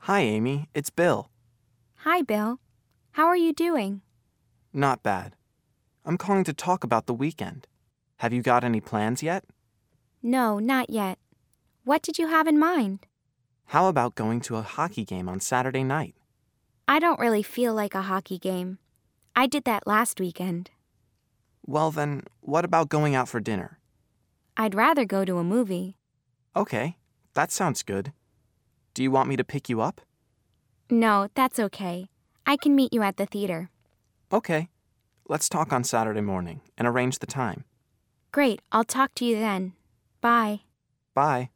Hi, Amy. It's Bill. Hi, Bill. How are you doing? Not bad. I'm calling to talk about the weekend. Have you got any plans yet? No, not yet. What did you have in mind? How about going to a hockey game on Saturday night? I don't really feel like a hockey game. I did that last weekend. Well, then, what about going out for dinner? I'd rather go to a movie. Okay, that sounds good. Do you want me to pick you up? No, that's okay. I can meet you at the theater. Okay. Let's talk on Saturday morning and arrange the time. Great, I'll talk to you then. Bye. Bye.